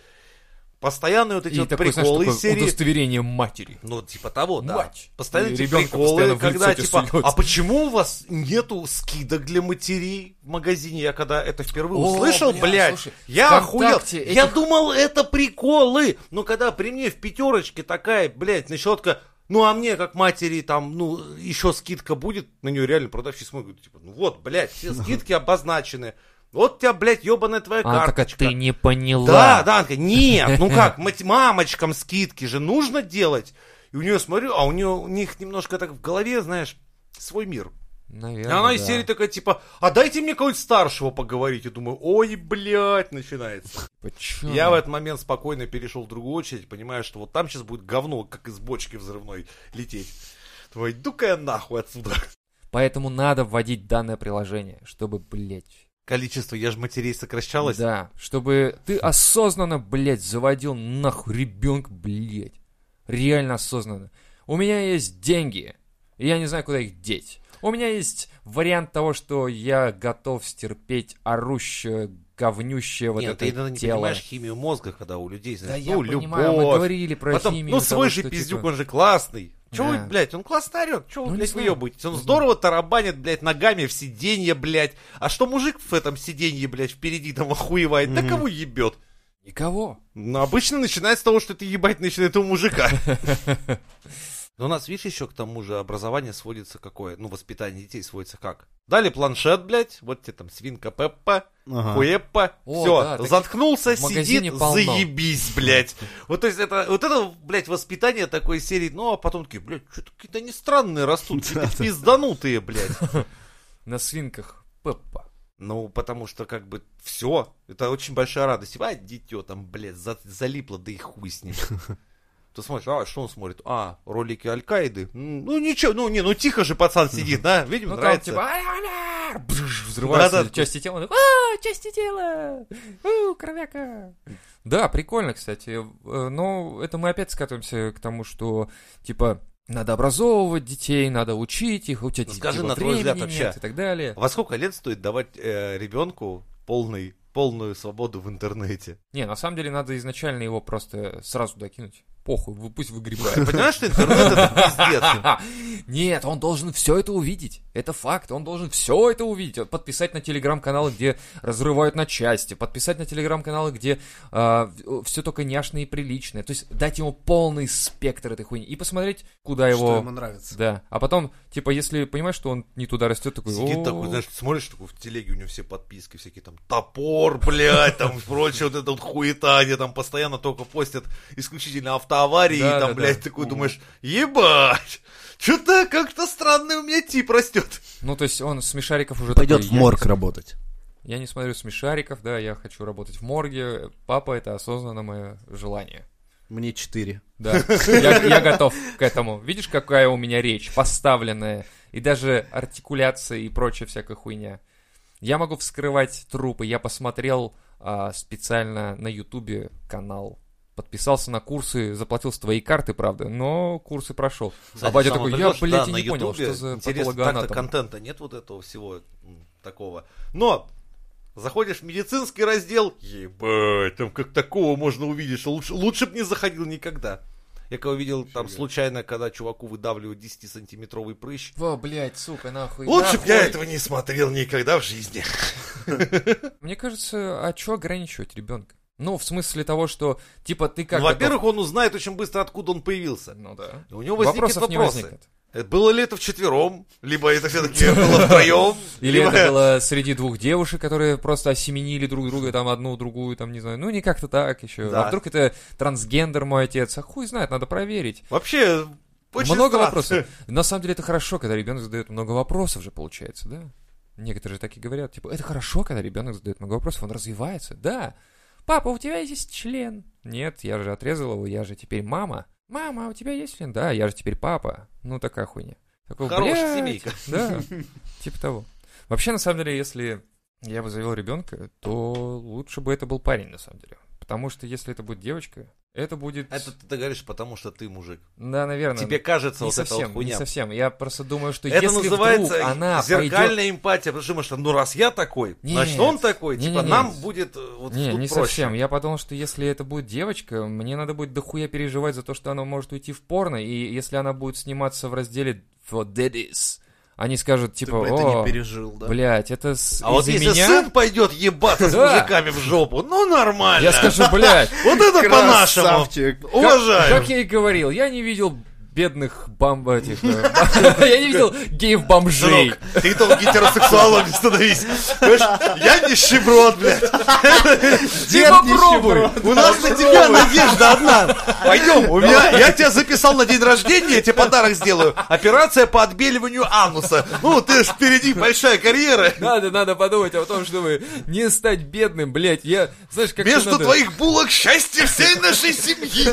[SPEAKER 1] Постоянные вот эти
[SPEAKER 3] И
[SPEAKER 1] вот
[SPEAKER 3] такой, знаешь,
[SPEAKER 1] приколы
[SPEAKER 3] такое
[SPEAKER 1] из серии.
[SPEAKER 3] удостоверение матери.
[SPEAKER 1] Ну, типа того, да.
[SPEAKER 3] Мать.
[SPEAKER 1] Постоянно
[SPEAKER 3] И
[SPEAKER 1] эти
[SPEAKER 3] ребенка
[SPEAKER 1] приколы,
[SPEAKER 3] постоянно в
[SPEAKER 1] когда
[SPEAKER 3] лицо тебе
[SPEAKER 1] типа,
[SPEAKER 3] сует.
[SPEAKER 1] а почему у вас нету скидок для матерей в магазине? Я когда это впервые
[SPEAKER 3] О,
[SPEAKER 1] услышал,
[SPEAKER 3] бля,
[SPEAKER 1] блядь,
[SPEAKER 3] слушай,
[SPEAKER 1] я охуел.
[SPEAKER 3] ВКонтакте
[SPEAKER 1] Я
[SPEAKER 3] этих-
[SPEAKER 1] думал, это приколы. Но когда при мне в пятерочке такая, блядь, нащетка, ну, а мне, как матери, там, ну, еще скидка будет, на нее реально продавщик смотрит, говорит, типа, ну вот, блядь, все скидки обозначены. Вот у тебя, блядь, ебаная твоя
[SPEAKER 3] Она такая,
[SPEAKER 1] карточка.
[SPEAKER 3] ты не поняла.
[SPEAKER 1] Да, да, она такая, нет, ну как, мать- мамочкам скидки же нужно делать. И у нее смотрю, а у нее у них немножко так в голове, знаешь, свой мир. И
[SPEAKER 3] Наверное,
[SPEAKER 1] она из серии такая, типа, а дайте мне кого-нибудь старшего поговорить. Я думаю, ой, блядь, начинается.
[SPEAKER 3] Почему?
[SPEAKER 1] Я в этот момент спокойно перешел в другую очередь, понимая, что вот там сейчас будет говно, как из бочки взрывной лететь. Твой, иду-ка я нахуй отсюда.
[SPEAKER 3] Поэтому надо вводить данное приложение, чтобы, блядь...
[SPEAKER 1] Количество, я же матерей сокращалось.
[SPEAKER 3] Да, чтобы ты осознанно, блядь, заводил нахуй ребенка, блядь. Реально осознанно. У меня есть деньги, и я не знаю, куда их деть. У меня есть вариант того, что я готов стерпеть орущее, говнющее вот
[SPEAKER 1] Нет,
[SPEAKER 3] это
[SPEAKER 1] ты иногда не
[SPEAKER 3] тело.
[SPEAKER 1] понимаешь химию мозга, когда у людей,
[SPEAKER 3] да
[SPEAKER 1] знаешь,
[SPEAKER 3] я
[SPEAKER 1] ну,
[SPEAKER 3] понимаю, мы
[SPEAKER 1] любовь,
[SPEAKER 3] говорили про
[SPEAKER 1] Потом,
[SPEAKER 3] химию.
[SPEAKER 1] ну
[SPEAKER 3] того,
[SPEAKER 1] свой же
[SPEAKER 3] что,
[SPEAKER 1] пиздюк,
[SPEAKER 3] типа,
[SPEAKER 1] он же классный. Чего вы,
[SPEAKER 3] Да.
[SPEAKER 1] блядь, он классно орет, чего вы,
[SPEAKER 3] Ну, не
[SPEAKER 1] блядь,
[SPEAKER 3] знаю.
[SPEAKER 1] выебаетесь? Он
[SPEAKER 3] Мгм.
[SPEAKER 1] здорово тарабанит, блядь, ногами в сиденье, блядь. А что мужик в этом сиденье, блядь, впереди там охуевает? Да
[SPEAKER 2] Мгм.
[SPEAKER 1] кого ебет?
[SPEAKER 3] Никого.
[SPEAKER 1] Ну, обычно начинается с того, что ты ебать начинает у мужика. Но у нас, видишь, еще к тому же образование сводится какое? Ну, воспитание детей сводится как? Дали планшет, блядь, вот тебе там свинка Пеппа,
[SPEAKER 2] Ага.
[SPEAKER 1] Хуеппа,
[SPEAKER 3] О,
[SPEAKER 1] все,
[SPEAKER 3] да, так
[SPEAKER 1] заткнулся,
[SPEAKER 3] в магазине
[SPEAKER 1] сидит,
[SPEAKER 3] полно.
[SPEAKER 1] заебись, блядь. Вот, то есть, это, вот это, блядь, воспитание такой серии, ну, а потом такие, блядь, что-то какие-то они странные растут, какие-то пизданутые, блядь.
[SPEAKER 3] На свинках Пеппа.
[SPEAKER 1] Ну, потому что, как бы, все, это очень большая радость. А, дитё там, блядь, за- залипло, да и хуй с ним. Ты смотришь, а, что он смотрит? А, ролики Аль-Каиды. М, Ну, ничего, ну, не, ну, тихо же пацан сидит, да, видимо,
[SPEAKER 3] Ну там
[SPEAKER 1] нравится.
[SPEAKER 3] типа «Аля-аля!» Бжж, взрываются
[SPEAKER 1] Да-да.
[SPEAKER 3] части тела, он такой, «А, части тела, У, кровяка. Да, прикольно, кстати. Э, Но это мы опять скатываемся к тому, что типа надо образовывать детей, надо учить их, у тебя
[SPEAKER 1] Ну,
[SPEAKER 3] типа,
[SPEAKER 1] скажи, на твой
[SPEAKER 3] времени
[SPEAKER 1] взгляд, вообще,
[SPEAKER 3] нет и так далее.
[SPEAKER 1] Во сколько лет стоит давать э, ребенку полный, полную свободу в интернете?
[SPEAKER 3] Не, на самом деле надо изначально его просто сразу докинуть. Похуй, вы- пусть
[SPEAKER 1] Ты
[SPEAKER 3] выгребает.
[SPEAKER 1] понимаешь, что интернет это пиздец?
[SPEAKER 3] Нет, он должен все это увидеть. Это факт. Он должен все это увидеть. Вот Подписать на телеграм-каналы, где разрывают на части. Подписать на телеграм-каналы, где все только няшное и приличное. То есть дать ему полный спектр этой хуйни. И посмотреть, куда
[SPEAKER 2] Что
[SPEAKER 3] его...
[SPEAKER 2] ему нравится.
[SPEAKER 3] Да. А потом, типа, если понимаешь, что он не туда растет, такой...
[SPEAKER 1] Сидит
[SPEAKER 3] «О,
[SPEAKER 1] такой, знаешь, смотришь, такой в телеге, у него все подписки всякие, там, топор, блядь, там, прочее, вот это вот хуета, где там постоянно только постят исключительно автоаварии, и
[SPEAKER 3] Да,
[SPEAKER 1] там,
[SPEAKER 3] да,
[SPEAKER 1] блядь,
[SPEAKER 3] да.
[SPEAKER 1] такой
[SPEAKER 3] Мгм.
[SPEAKER 1] думаешь, ебать, что-то как-то странный у меня тип растет.
[SPEAKER 3] Ну, то есть он с смешариков уже
[SPEAKER 2] Пойдет
[SPEAKER 3] такой,
[SPEAKER 2] в
[SPEAKER 3] «Я не
[SPEAKER 2] морг работать.
[SPEAKER 3] Я не смотрю смешариков, да, я хочу работать в морге. Папа, это осознанное мое желание.
[SPEAKER 2] Мне четыре.
[SPEAKER 3] Да, я, я готов к этому. Видишь, какая у меня речь поставленная, и даже артикуляция и прочая всякая хуйня. Я могу вскрывать трупы. Я посмотрел а, специально на Ютубе канал. Подписался на курсы, заплатил с твоей карты, правда, но курсы прошел. а батя такой, я, блядь, и не понял, что за
[SPEAKER 1] Интересно, так-то
[SPEAKER 3] патологоанатом.
[SPEAKER 1] контента нет вот этого всего м, такого. Но заходишь в медицинский раздел, ебать, там как такого можно увидеть, что лучше, лучше бы не заходил никогда. Я кого видел там случайно, когда чуваку выдавливают 10-сантиметровый прыщ.
[SPEAKER 3] Во, блядь, сука, нахуй.
[SPEAKER 1] Лучше бы я
[SPEAKER 3] нахуй.
[SPEAKER 1] этого не смотрел никогда в жизни.
[SPEAKER 3] Мне кажется, а что ограничивать ребенка? Ну, в смысле того, что, типа, ты как
[SPEAKER 1] Ну, Во-первых, он узнает очень быстро, откуда он появился.
[SPEAKER 3] ну да.
[SPEAKER 1] И У него возникнет
[SPEAKER 3] Вопросов не
[SPEAKER 1] вопросы.
[SPEAKER 3] возникнет.
[SPEAKER 1] Э, Было ли это вчетвером, либо это все-таки было втроем,
[SPEAKER 3] Или
[SPEAKER 1] либо
[SPEAKER 3] это было среди двух девушек, которые просто осеменили друг друга, там, одну, другую, там, не знаю, ну, не как-то так еще.
[SPEAKER 1] Да.
[SPEAKER 3] А вдруг это трансгендер мой отец? А хуй знает, надо проверить.
[SPEAKER 1] вообще очень
[SPEAKER 3] много
[SPEAKER 1] странно.
[SPEAKER 3] вопросов. На самом деле это хорошо, когда ребенок задает много вопросов же, получается, да? Некоторые же так и говорят, типа, это хорошо, когда ребенок задает много вопросов, он развивается, да. Папа, у тебя есть член? Нет, я же отрезал его, я же теперь мама. Мама, а у тебя есть член? Да, я же теперь папа. Ну, такая хуйня. Такой,
[SPEAKER 1] Хорошая
[SPEAKER 3] «Блядь».
[SPEAKER 1] семейка.
[SPEAKER 3] Да, типа того. Вообще, на самом деле, если я бы завел ребенка, то лучше бы это был парень, на самом деле. Потому что если это будет девочка, это будет...
[SPEAKER 1] А Это ты говоришь, потому что ты мужик.
[SPEAKER 3] Да, наверное.
[SPEAKER 1] Тебе кажется
[SPEAKER 3] не
[SPEAKER 1] вот эта
[SPEAKER 3] совсем,
[SPEAKER 1] вот
[SPEAKER 3] не
[SPEAKER 1] хуйня.
[SPEAKER 3] совсем. Я просто думаю, что
[SPEAKER 1] Это
[SPEAKER 3] если
[SPEAKER 1] называется
[SPEAKER 3] вдруг она
[SPEAKER 1] зеркальная
[SPEAKER 3] пойдет...
[SPEAKER 1] эмпатия, потому что думаешь, что, ну раз я такой,
[SPEAKER 3] Нет.
[SPEAKER 1] значит он такой,
[SPEAKER 3] Не-не-не.
[SPEAKER 1] типа нам будет э, вот
[SPEAKER 3] Не,
[SPEAKER 1] тут
[SPEAKER 3] не
[SPEAKER 1] проще.
[SPEAKER 3] совсем. Я подумал, что если это будет девочка, мне надо будет дохуя переживать за то, что она может уйти в порно, и если она будет сниматься в разделе for daddies, они скажут,
[SPEAKER 2] Ты
[SPEAKER 3] типа,
[SPEAKER 2] бы это
[SPEAKER 3] о,
[SPEAKER 2] не пережил, да?
[SPEAKER 3] блядь, это с...
[SPEAKER 1] А вот
[SPEAKER 3] из-за
[SPEAKER 1] если
[SPEAKER 3] меня...
[SPEAKER 1] сын пойдет ебаться с
[SPEAKER 3] Да.
[SPEAKER 1] мужиками в жопу, ну нормально.
[SPEAKER 3] Я скажу, блядь,
[SPEAKER 1] Вот это по-нашему.
[SPEAKER 2] Красавчик.
[SPEAKER 1] Уважаю.
[SPEAKER 3] Как я и говорил, я не видел бедных бам... этих... э, Я не видел геев-бомжей.
[SPEAKER 1] Сынок, ты только гетеросексуалом не становись. Понимаешь, я нищеброд, блядь.
[SPEAKER 3] Ты попробуй!
[SPEAKER 1] У нас на тебя надежда одна. Пойдем, у меня, я тебя записал на день рождения, я тебе подарок сделаю. Операция по отбеливанию ануса. Ну, ты ж впереди большая карьера.
[SPEAKER 3] Надо, надо подумать о том, чтобы не стать бедным, блядь. Я, знаешь, как
[SPEAKER 1] Между
[SPEAKER 3] надо...
[SPEAKER 1] твоих булок счастье всей нашей семьи.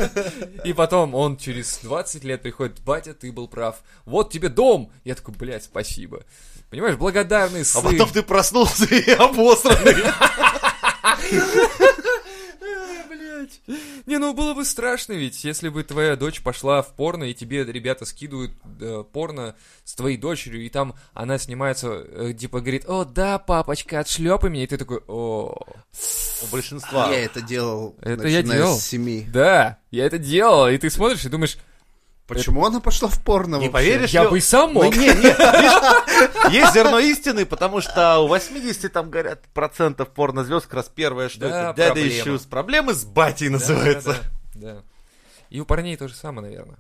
[SPEAKER 3] И потом он через 20 лет приходит, батя, ты был прав. Вот тебе дом. Я такой, блядь, спасибо. Понимаешь, благодарный
[SPEAKER 1] А
[SPEAKER 3] сын.
[SPEAKER 1] потом ты проснулся и обосранный.
[SPEAKER 3] Э, блядь. Не, ну было бы страшно ведь, если бы твоя дочь пошла в порно, и тебе ребята скидывают э, порно с твоей дочерью, и там она снимается, э, типа говорит, о, да, папочка, отшлепай меня, и ты такой, о,
[SPEAKER 1] У большинства.
[SPEAKER 2] Я это делал,
[SPEAKER 3] Это
[SPEAKER 2] начиная
[SPEAKER 3] я делал.
[SPEAKER 2] с семи.
[SPEAKER 3] да, я это делала, и ты смотришь и думаешь,
[SPEAKER 2] Почему она пошла в порно
[SPEAKER 1] Не
[SPEAKER 2] вообще?
[SPEAKER 1] поверишь,
[SPEAKER 3] я
[SPEAKER 1] Лё-
[SPEAKER 3] бы и сам
[SPEAKER 1] Ну,
[SPEAKER 3] мог.
[SPEAKER 1] не, не, видишь, есть зерно истины, потому что у 80 там, говорят, процентов порнозвезд как раз первое, что
[SPEAKER 3] Да,
[SPEAKER 1] это дядя
[SPEAKER 3] проблема.
[SPEAKER 1] ищу с проблемы с батей
[SPEAKER 3] Да, да,
[SPEAKER 1] называется.
[SPEAKER 3] Да, да. И у парней то же самое, наверное.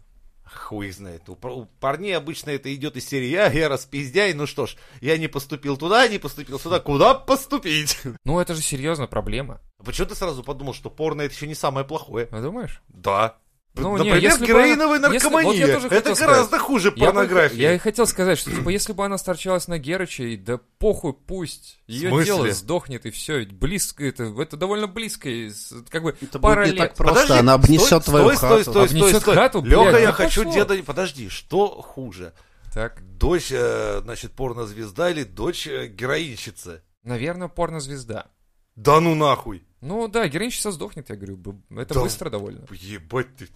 [SPEAKER 1] Хуй знает. У, пар- у парней обычно это идет из серии «Я, я распиздяй, ну что ж, я не поступил туда, не поступил сюда, куда поступить?»
[SPEAKER 3] Ну, это же серьезно проблема.
[SPEAKER 1] А Почему ты сразу подумал, что порно это еще не самое плохое?
[SPEAKER 3] А думаешь?
[SPEAKER 1] Да.
[SPEAKER 3] Ну, не,
[SPEAKER 1] Например,
[SPEAKER 3] если бы
[SPEAKER 1] героиновая
[SPEAKER 3] она- если- вот я
[SPEAKER 1] наркомания.
[SPEAKER 3] тоже
[SPEAKER 1] это
[SPEAKER 3] хотел сказать.
[SPEAKER 1] гораздо хуже
[SPEAKER 3] Я бы-
[SPEAKER 1] порнографии.
[SPEAKER 3] Я и хотел сказать, что типа, если бы она сторчалась на Герыче, и да похуй, пусть. Ее
[SPEAKER 1] смысле?
[SPEAKER 3] дело сдохнет, и все. Ведь близко, это, это довольно близко. и с- Как бы
[SPEAKER 2] Это будет не
[SPEAKER 3] параллель.
[SPEAKER 2] так просто,
[SPEAKER 1] Подожди,
[SPEAKER 2] она
[SPEAKER 1] стой,
[SPEAKER 2] обнесет твою
[SPEAKER 1] стой, стой,
[SPEAKER 2] хату.
[SPEAKER 1] стой, стой,
[SPEAKER 3] Обнесёт
[SPEAKER 1] стой.
[SPEAKER 3] хату,
[SPEAKER 1] Лёха,
[SPEAKER 3] блядь,
[SPEAKER 1] я
[SPEAKER 3] ну
[SPEAKER 1] хочу
[SPEAKER 3] пошло.
[SPEAKER 1] деда... Подожди, что хуже?
[SPEAKER 3] Так.
[SPEAKER 1] Дочь, э, значит, порнозвезда или дочь э, героинщица?
[SPEAKER 3] Наверное, порнозвезда.
[SPEAKER 1] Да ну нахуй!
[SPEAKER 3] Ну да, героинщица сдохнет, я говорю. б- Это
[SPEAKER 1] Да.
[SPEAKER 3] быстро довольно.
[SPEAKER 1] Ебать ты.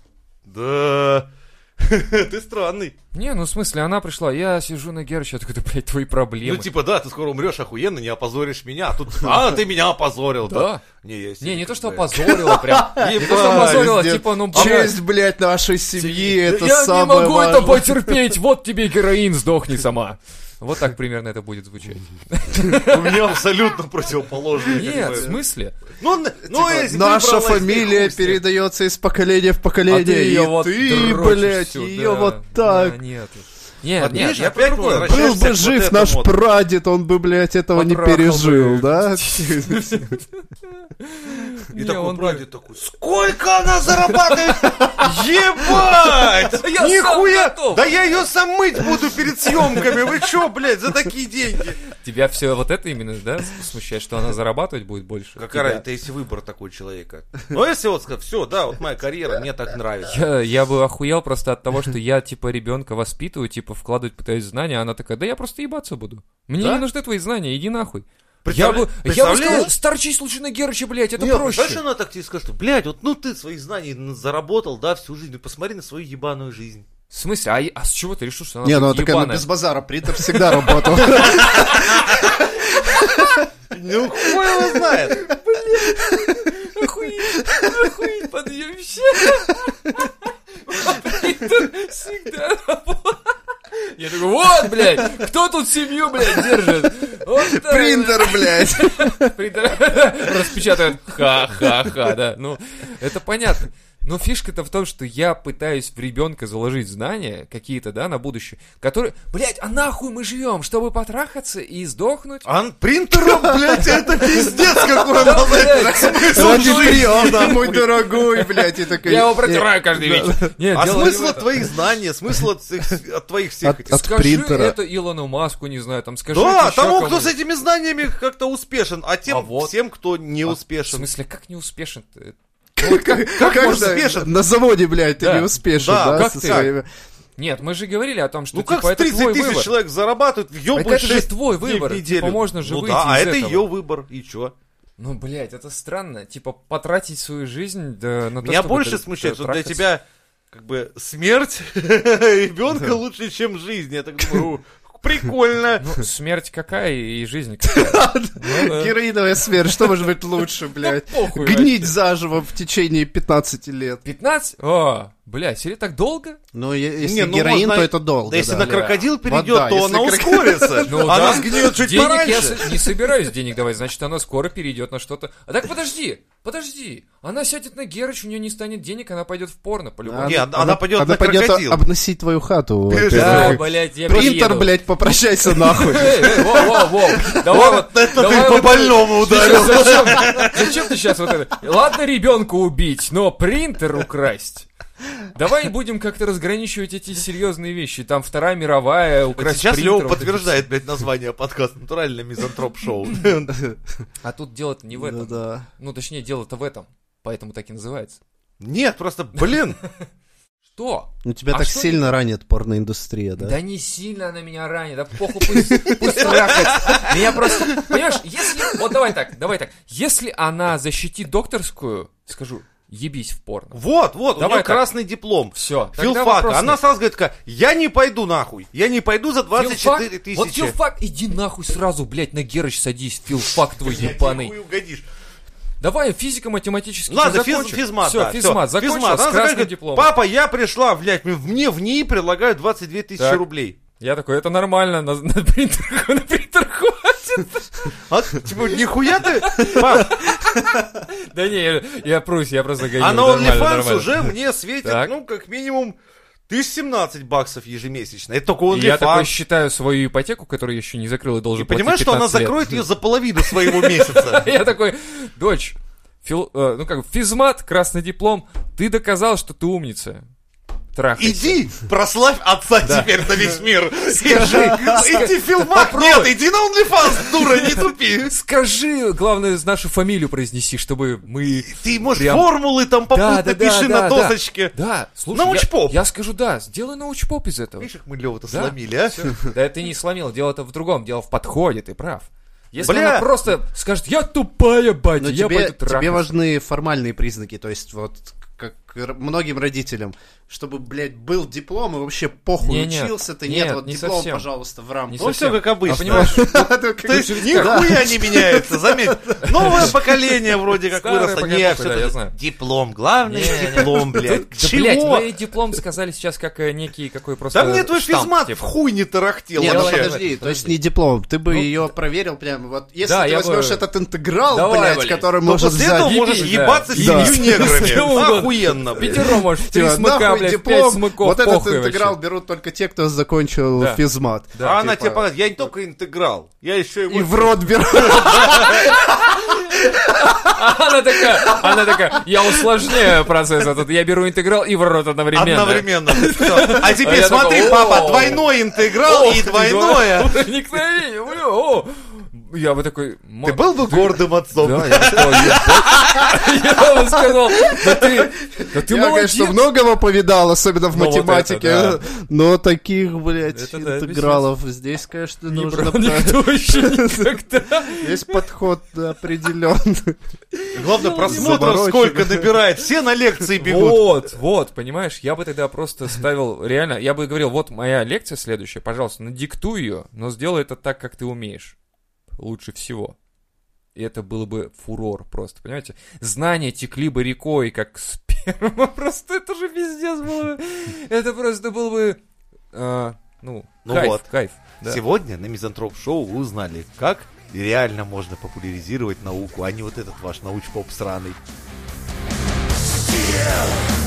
[SPEAKER 1] Да. Ты странный.
[SPEAKER 3] Не, ну в смысле, она пришла, я сижу на Герыче, я такой, да, блядь, твои проблемы.
[SPEAKER 1] Ну, типа, да, ты скоро умрешь, охуенно, не опозоришь меня. А тут, а, ты меня опозорил, да?
[SPEAKER 3] Да.
[SPEAKER 1] Не, я себе
[SPEAKER 3] Не, не то, что
[SPEAKER 1] представляю.
[SPEAKER 3] опозорила прям. Не то,
[SPEAKER 2] А
[SPEAKER 3] что
[SPEAKER 1] Ебать,
[SPEAKER 3] опозорила,
[SPEAKER 2] пиздец.
[SPEAKER 3] типа, ну, блядь.
[SPEAKER 2] Честь, «А блядь, нашей семьи, Типа, это
[SPEAKER 3] я
[SPEAKER 2] самое
[SPEAKER 3] не могу
[SPEAKER 2] важное.
[SPEAKER 3] это потерпеть, вот тебе героин, сдохни сама. Вот так примерно это будет звучать.
[SPEAKER 1] У меня абсолютно противоположный.
[SPEAKER 3] Нет, в смысле?
[SPEAKER 1] Ну, н- ну,
[SPEAKER 2] Типа,
[SPEAKER 1] если
[SPEAKER 2] Наша
[SPEAKER 1] выбралась, ты
[SPEAKER 2] фея
[SPEAKER 1] хуй с ним.
[SPEAKER 2] передается из поколения в
[SPEAKER 3] А
[SPEAKER 2] поколение,
[SPEAKER 3] ты ее
[SPEAKER 2] и
[SPEAKER 3] вот
[SPEAKER 2] ты,
[SPEAKER 3] дрочишь
[SPEAKER 2] блядь,
[SPEAKER 3] всю,
[SPEAKER 2] ее
[SPEAKER 3] да.
[SPEAKER 2] вот так.
[SPEAKER 3] Да, Нет. Нет,
[SPEAKER 1] Вот
[SPEAKER 3] нет,
[SPEAKER 1] видишь,
[SPEAKER 3] я
[SPEAKER 1] опять
[SPEAKER 3] про другое.
[SPEAKER 1] мы
[SPEAKER 2] Был
[SPEAKER 1] Возвращаемся
[SPEAKER 2] бы
[SPEAKER 1] к
[SPEAKER 2] жив
[SPEAKER 1] вот
[SPEAKER 2] наш
[SPEAKER 1] этому.
[SPEAKER 2] прадед, он бы, блядь, этого не
[SPEAKER 3] Потрахал бы.
[SPEAKER 2] пережил, да?
[SPEAKER 1] И
[SPEAKER 3] Не,
[SPEAKER 1] такой
[SPEAKER 3] он
[SPEAKER 1] прадед такой, сколько она зарабатывает? Ебать!
[SPEAKER 3] Я сам
[SPEAKER 1] Нихуя!
[SPEAKER 3] готов.
[SPEAKER 1] Да я ее сам мыть буду перед съемками. Вы чё, блядь, за такие деньги?
[SPEAKER 3] Тебя все вот это именно, да, с- смущает, что она зарабатывать будет больше?
[SPEAKER 1] Какая разница, если выбор такой человека. Ну, если вот сказать, все, да, вот моя карьера, мне так нравится.
[SPEAKER 3] Я, я бы охуел просто от того, что я, типа, ребенка воспитываю, типа, вкладывать пытаюсь знания, а она такая, да я просто ебаться буду. Мне
[SPEAKER 1] Да?
[SPEAKER 3] не нужны твои знания, иди нахуй. Я
[SPEAKER 1] Представля-
[SPEAKER 3] бы, я бы
[SPEAKER 1] представляешь?
[SPEAKER 3] сказал, старчись лучше на Герыче, блядь, это
[SPEAKER 1] Не, представляешь,
[SPEAKER 3] проще.
[SPEAKER 1] она так тебе скажет, блядь, вот ну ты своих знаний н- заработал, да, всю жизнь, ну посмотри на свою ебаную жизнь.
[SPEAKER 3] В смысле, а, я- а с чего ты решил, что она
[SPEAKER 2] Не, ну
[SPEAKER 3] будет
[SPEAKER 2] она такая, ну
[SPEAKER 3] ебаная?
[SPEAKER 2] без базара, Притов всегда работал.
[SPEAKER 1] Ну, хуй его знает.
[SPEAKER 3] Охуеть, охуеть, подъемщик. всегда Я такой, вот, блядь, кто тут семью, блядь, держит? Вот так,
[SPEAKER 2] Принтер, блядь.
[SPEAKER 3] блядь, принтер. Распечатают, ха-ха-ха, да. Ну, это понятно. Но фишка-то в том, что я пытаюсь в ребенка заложить знания какие-то, да, на будущее, которые, блядь, а нахуй мы живем, чтобы потрахаться и сдохнуть?
[SPEAKER 1] Ан А принтером, блядь, а это пиздец какой
[SPEAKER 3] Да, блядь.
[SPEAKER 1] смысл
[SPEAKER 2] Он
[SPEAKER 1] жизни.
[SPEAKER 3] а,
[SPEAKER 2] да, мой дорогой, блядь, и такой...
[SPEAKER 3] Я его протираю каждый вечер. Нет,
[SPEAKER 1] А
[SPEAKER 3] дело не в
[SPEAKER 1] смысл
[SPEAKER 3] этом.
[SPEAKER 1] от твоих знаний, а смысл от, всех- от твоих всех
[SPEAKER 2] От-
[SPEAKER 1] этих...
[SPEAKER 2] от
[SPEAKER 3] Скажи
[SPEAKER 2] принтера.
[SPEAKER 3] это Илону Маску, не знаю, там скажи это
[SPEAKER 1] Да,
[SPEAKER 3] еще
[SPEAKER 1] тому, кто
[SPEAKER 3] кому-нибудь.
[SPEAKER 1] с этими знаниями как-то успешен, а тем
[SPEAKER 3] А вот.
[SPEAKER 1] всем, кто не
[SPEAKER 3] В
[SPEAKER 1] успешен.
[SPEAKER 3] смысле, как не успешен? -то?
[SPEAKER 2] Как, «Э, как
[SPEAKER 1] он
[SPEAKER 2] же
[SPEAKER 1] успешен?
[SPEAKER 2] На заводе, блядь, ты
[SPEAKER 3] Да.
[SPEAKER 2] не успешен,
[SPEAKER 1] Да,
[SPEAKER 2] да?
[SPEAKER 3] как
[SPEAKER 2] со
[SPEAKER 3] ты?
[SPEAKER 2] своими-
[SPEAKER 3] Нет, мы же говорили о том, что
[SPEAKER 1] Ну
[SPEAKER 3] типа,
[SPEAKER 1] как с
[SPEAKER 3] это
[SPEAKER 1] 30
[SPEAKER 3] твой
[SPEAKER 1] тысяч
[SPEAKER 3] выбор.
[SPEAKER 1] человек зарабатывают,
[SPEAKER 3] Так
[SPEAKER 1] ебут
[SPEAKER 3] это же
[SPEAKER 1] 6
[SPEAKER 3] твой
[SPEAKER 1] дней
[SPEAKER 3] выбор,
[SPEAKER 1] в
[SPEAKER 3] типа,
[SPEAKER 1] неделю.
[SPEAKER 3] можно же
[SPEAKER 1] ну
[SPEAKER 3] выйти
[SPEAKER 1] да, а
[SPEAKER 3] из
[SPEAKER 1] это
[SPEAKER 3] этого.
[SPEAKER 1] ее выбор, и чё?
[SPEAKER 3] Ну, блядь, это странно. Типа, потратить свою жизнь да, на А то,
[SPEAKER 1] Меня
[SPEAKER 3] чтобы
[SPEAKER 1] больше
[SPEAKER 3] т-
[SPEAKER 1] смущает, что для
[SPEAKER 3] трахаться.
[SPEAKER 1] тебя как бы смерть ребенка лучше, чем жизнь. Я так думаю, «О, прикольно.
[SPEAKER 3] Ну, смерть какая и жизнь какая. Ну, да.
[SPEAKER 2] Героиновая смерть, что может быть лучше, блядь?
[SPEAKER 3] похуй
[SPEAKER 2] Гнить заживо в течение 15 лет.
[SPEAKER 3] 15? О, блядь, серьезно, так долго?
[SPEAKER 2] Ну, е- если
[SPEAKER 1] Не, ну,
[SPEAKER 2] героин,
[SPEAKER 1] можно-
[SPEAKER 2] то это долго,
[SPEAKER 1] Да если
[SPEAKER 2] да.
[SPEAKER 1] на
[SPEAKER 3] Бля.
[SPEAKER 1] крокодил
[SPEAKER 2] да,
[SPEAKER 1] перейдет, то
[SPEAKER 2] если
[SPEAKER 1] она
[SPEAKER 2] крок-
[SPEAKER 1] ускорится.
[SPEAKER 3] Ну
[SPEAKER 1] Она
[SPEAKER 3] да.
[SPEAKER 1] сгниет чуть
[SPEAKER 3] денег я
[SPEAKER 1] пораньше.
[SPEAKER 3] с- не собираюсь денег давать, значит, она скоро перейдет на что-то. А так подожди, подожди. Она сядет на Герыч, у нее не станет денег, она пойдет в порно, по-любому.
[SPEAKER 1] Не, она- она пойдет на
[SPEAKER 2] пойдет
[SPEAKER 1] крокодил.
[SPEAKER 2] обносить твою хату. во-первых.
[SPEAKER 1] Да,
[SPEAKER 2] Ой,
[SPEAKER 3] блядь, я
[SPEAKER 2] Принтер,
[SPEAKER 3] приеду.
[SPEAKER 2] блядь, попрощайся нахуй.
[SPEAKER 3] Эй, эй, воу, воу, воу. Давай вот,
[SPEAKER 1] Вот это
[SPEAKER 3] давай
[SPEAKER 1] ты
[SPEAKER 3] вот
[SPEAKER 1] по больному
[SPEAKER 3] Ты
[SPEAKER 1] ударил.
[SPEAKER 3] щас Зачем, зачем ты сейчас вот это? Ладно ребенка убить, но принтер украсть. Давай будем как-то разграничивать эти серьезные вещи. Там Вторая мировая,
[SPEAKER 1] Вот
[SPEAKER 3] украсть
[SPEAKER 1] Сейчас
[SPEAKER 3] принтер,
[SPEAKER 1] Лёва
[SPEAKER 3] вот эти
[SPEAKER 1] подтверждает, блядь, название подкаста «Натуральный мизантроп-шоу». Да,
[SPEAKER 3] все. А тут дело-то не в этом.
[SPEAKER 2] Да-да.
[SPEAKER 3] Ну, точнее, дело-то в этом. Поэтому так и называется.
[SPEAKER 1] Нет, просто, блин,
[SPEAKER 3] Что?
[SPEAKER 2] Ну тебя
[SPEAKER 3] А
[SPEAKER 2] так
[SPEAKER 3] что
[SPEAKER 2] сильно ранит порноиндустрия,
[SPEAKER 3] Да?
[SPEAKER 2] да?
[SPEAKER 3] не сильно она меня ранит, да похуй пусть, пусть трахается. Меня просто, понимаешь, если, вот давай так, давай так, если она защитит докторскую, скажу, ебись в порно.
[SPEAKER 1] вот, вот, у
[SPEAKER 3] Давай
[SPEAKER 1] нее
[SPEAKER 3] так.
[SPEAKER 1] красный диплом.
[SPEAKER 3] Все.
[SPEAKER 1] Филфак, она сразу говорит, такая, я не пойду нахуй, я не пойду за 24 тысячи.
[SPEAKER 3] Вот филфак, иди нахуй сразу, блядь, на Герыч садись, филфак твой
[SPEAKER 1] Я тебе
[SPEAKER 3] ебаный.
[SPEAKER 1] хуй угодишь.
[SPEAKER 3] Давай физико-математический
[SPEAKER 1] Ладно,
[SPEAKER 3] всё
[SPEAKER 1] физ,
[SPEAKER 3] закончу.
[SPEAKER 1] физмат,
[SPEAKER 3] Всё,
[SPEAKER 1] да,
[SPEAKER 3] физмат,
[SPEAKER 1] всё,
[SPEAKER 3] закончил
[SPEAKER 1] физмат.
[SPEAKER 3] с
[SPEAKER 1] Она
[SPEAKER 3] красным
[SPEAKER 1] говорит,
[SPEAKER 3] дипломом.
[SPEAKER 1] Папа, я пришла, блядь, мне- мне в ней предлагают 22 тысячи
[SPEAKER 3] Так.
[SPEAKER 1] рублей.
[SPEAKER 3] Я такой, это нормально, на, на принтер, на принтер хватит.
[SPEAKER 1] А, типа, нихуя ты, пап,
[SPEAKER 3] Да не, я, я прусь, я просто гоню.
[SPEAKER 1] а на
[SPEAKER 3] нормально,
[SPEAKER 1] OnlyFans
[SPEAKER 3] нормально.
[SPEAKER 1] уже мне светит,
[SPEAKER 3] Так.
[SPEAKER 1] ну, как минимум, 1017 баксов ежемесячно. Это только
[SPEAKER 3] И Я такой
[SPEAKER 1] OnlyFans.
[SPEAKER 3] считаю свою ипотеку, которую я еще не закрыл и
[SPEAKER 1] Ты
[SPEAKER 3] должен платить
[SPEAKER 1] понимаешь, что она
[SPEAKER 3] 15 лет.
[SPEAKER 1] закроет ее за половину своего месяца?
[SPEAKER 3] Я такой, дочь, фил- э, ну как, физмат, красный диплом, ты доказал, что ты умница. Трахайся.
[SPEAKER 1] Иди, прославь отца теперь на весь мир.
[SPEAKER 3] Скажи,
[SPEAKER 1] Иди в филмак, нет, иди на OnlyFans, дура, не тупи.
[SPEAKER 3] Скажи, главное, нашу фамилию произнеси, чтобы мы...
[SPEAKER 1] Ты, может,
[SPEAKER 3] Прям-
[SPEAKER 1] формулы там попутно пиши на досочке.
[SPEAKER 3] Да, слушай, я-
[SPEAKER 1] Научпоп.
[SPEAKER 3] Я, скажу, да, сделай научпоп из этого.
[SPEAKER 1] Видишь, как мы Лёва-то
[SPEAKER 3] Да.
[SPEAKER 1] сломили, а?
[SPEAKER 3] Да ты не сломил, дело-то в другом, дело в подходе, ты прав. Если
[SPEAKER 1] Бля. Ну
[SPEAKER 3] она просто скажет, я тупая, батя,
[SPEAKER 2] Но
[SPEAKER 3] я
[SPEAKER 2] тебе,
[SPEAKER 3] пойду
[SPEAKER 2] тебе
[SPEAKER 3] трахаться».
[SPEAKER 2] важны формальные признаки, то есть вот как р- многим родителям, чтобы, блядь, был диплом и вообще похуй
[SPEAKER 3] Не-не,
[SPEAKER 2] учился ты,
[SPEAKER 3] нет,
[SPEAKER 2] нет, вот
[SPEAKER 3] не
[SPEAKER 2] диплом,
[SPEAKER 3] совсем.
[SPEAKER 2] пожалуйста, в рамках.
[SPEAKER 3] Не
[SPEAKER 1] Ну,
[SPEAKER 3] совсем.
[SPEAKER 1] всё как обычно.
[SPEAKER 3] А понимаешь,
[SPEAKER 1] То есть нихуя не меняется, заметь. Новое поколение вроде как
[SPEAKER 3] Старое
[SPEAKER 1] выросло.
[SPEAKER 3] поколение,
[SPEAKER 1] Не, всё
[SPEAKER 3] да, я
[SPEAKER 1] это
[SPEAKER 3] знаю.
[SPEAKER 1] Диплом, главное
[SPEAKER 3] Не-не-не.
[SPEAKER 1] диплом, блядь.
[SPEAKER 3] Да, блядь,
[SPEAKER 1] Чего?
[SPEAKER 3] вы диплом сказали сейчас как э, некий какой просто...
[SPEAKER 1] Да мне твой
[SPEAKER 3] штамп,
[SPEAKER 1] физмат в
[SPEAKER 3] типа.
[SPEAKER 1] хуй не тарахтел
[SPEAKER 2] Нет,
[SPEAKER 3] ну,
[SPEAKER 2] ну
[SPEAKER 1] вообще.
[SPEAKER 2] подожди,
[SPEAKER 3] Подожди.
[SPEAKER 2] то есть не диплом, ты бы
[SPEAKER 3] Ну,
[SPEAKER 2] ее проверил прям, вот если
[SPEAKER 3] Да,
[SPEAKER 2] ты
[SPEAKER 3] я
[SPEAKER 2] возьмешь
[SPEAKER 3] бы-
[SPEAKER 2] этот интеграл,
[SPEAKER 3] Давай,
[SPEAKER 2] блядь,
[SPEAKER 3] блядь. Ну,
[SPEAKER 2] который
[SPEAKER 1] Но
[SPEAKER 2] можно
[SPEAKER 1] Ну, после этого
[SPEAKER 2] взять,
[SPEAKER 3] ебись,
[SPEAKER 1] можешь
[SPEAKER 3] да.
[SPEAKER 1] ебаться с
[SPEAKER 2] Да.
[SPEAKER 1] семью
[SPEAKER 3] С кем
[SPEAKER 1] неграми.
[SPEAKER 3] угодно.
[SPEAKER 1] Охуенно, блядь.
[SPEAKER 3] Пятеро, может, три
[SPEAKER 2] типа,
[SPEAKER 3] смыка,
[SPEAKER 2] нахуй
[SPEAKER 3] блядь, пять
[SPEAKER 2] диплом,
[SPEAKER 3] смыков,
[SPEAKER 2] вот этот
[SPEAKER 3] похуй
[SPEAKER 2] интеграл
[SPEAKER 3] вообще.
[SPEAKER 2] берут только те, кто закончил
[SPEAKER 3] Да.
[SPEAKER 2] физмат.
[SPEAKER 3] Да,
[SPEAKER 1] а она
[SPEAKER 3] типа,
[SPEAKER 1] тебе показывает, я не только интеграл, я еще
[SPEAKER 2] И
[SPEAKER 1] его...
[SPEAKER 2] в рот берут.
[SPEAKER 3] Она такая, она такая, я усложняю процесс этот, я беру интеграл и в рот одновременно.
[SPEAKER 1] Одновременно. Всё. А
[SPEAKER 3] А
[SPEAKER 1] теперь
[SPEAKER 3] я
[SPEAKER 1] смотри,
[SPEAKER 3] такой,
[SPEAKER 1] папа,
[SPEAKER 3] «О».
[SPEAKER 1] двойной интеграл
[SPEAKER 3] ну,
[SPEAKER 1] и двойное.
[SPEAKER 3] Проникновение, бля, о. Я бы такой... мо-
[SPEAKER 1] Ты был бы гордым отцом.
[SPEAKER 3] Да, я бы сказал, «Ебать». Я бы сказал, да ты, да ты
[SPEAKER 2] Я, конечно,
[SPEAKER 3] молодец.
[SPEAKER 2] многого повидал, особенно в
[SPEAKER 3] Ну, вот это
[SPEAKER 2] математике,
[SPEAKER 3] да.
[SPEAKER 2] но таких, блядь,
[SPEAKER 3] Это да,
[SPEAKER 2] интегралов здесь, конечно,
[SPEAKER 3] Не
[SPEAKER 2] нужно...
[SPEAKER 3] брал никто еще никогда.
[SPEAKER 2] Здесь подход определенный.
[SPEAKER 1] Главное, просмотров
[SPEAKER 2] Заморочен.
[SPEAKER 1] сколько набирает. Все на лекции бегут.
[SPEAKER 3] Вот, вот, понимаешь, я бы тогда просто ставил, реально, я бы говорил, вот моя лекция следующая, пожалуйста, надиктуй ее, но сделай это так, как ты умеешь. Лучше всего. И это было бы фурор просто, понимаете? Знания текли бы рекой, как сперма, просто это же пиздец было бы. Это просто был бы, а, ну,
[SPEAKER 1] Ну
[SPEAKER 3] кайф,
[SPEAKER 1] вот.
[SPEAKER 3] кайф. да.
[SPEAKER 1] Сегодня на Мизантроп Шоу вы узнали, как реально можно популяризировать науку, а не вот этот ваш научпоп сраный.
[SPEAKER 4] Steal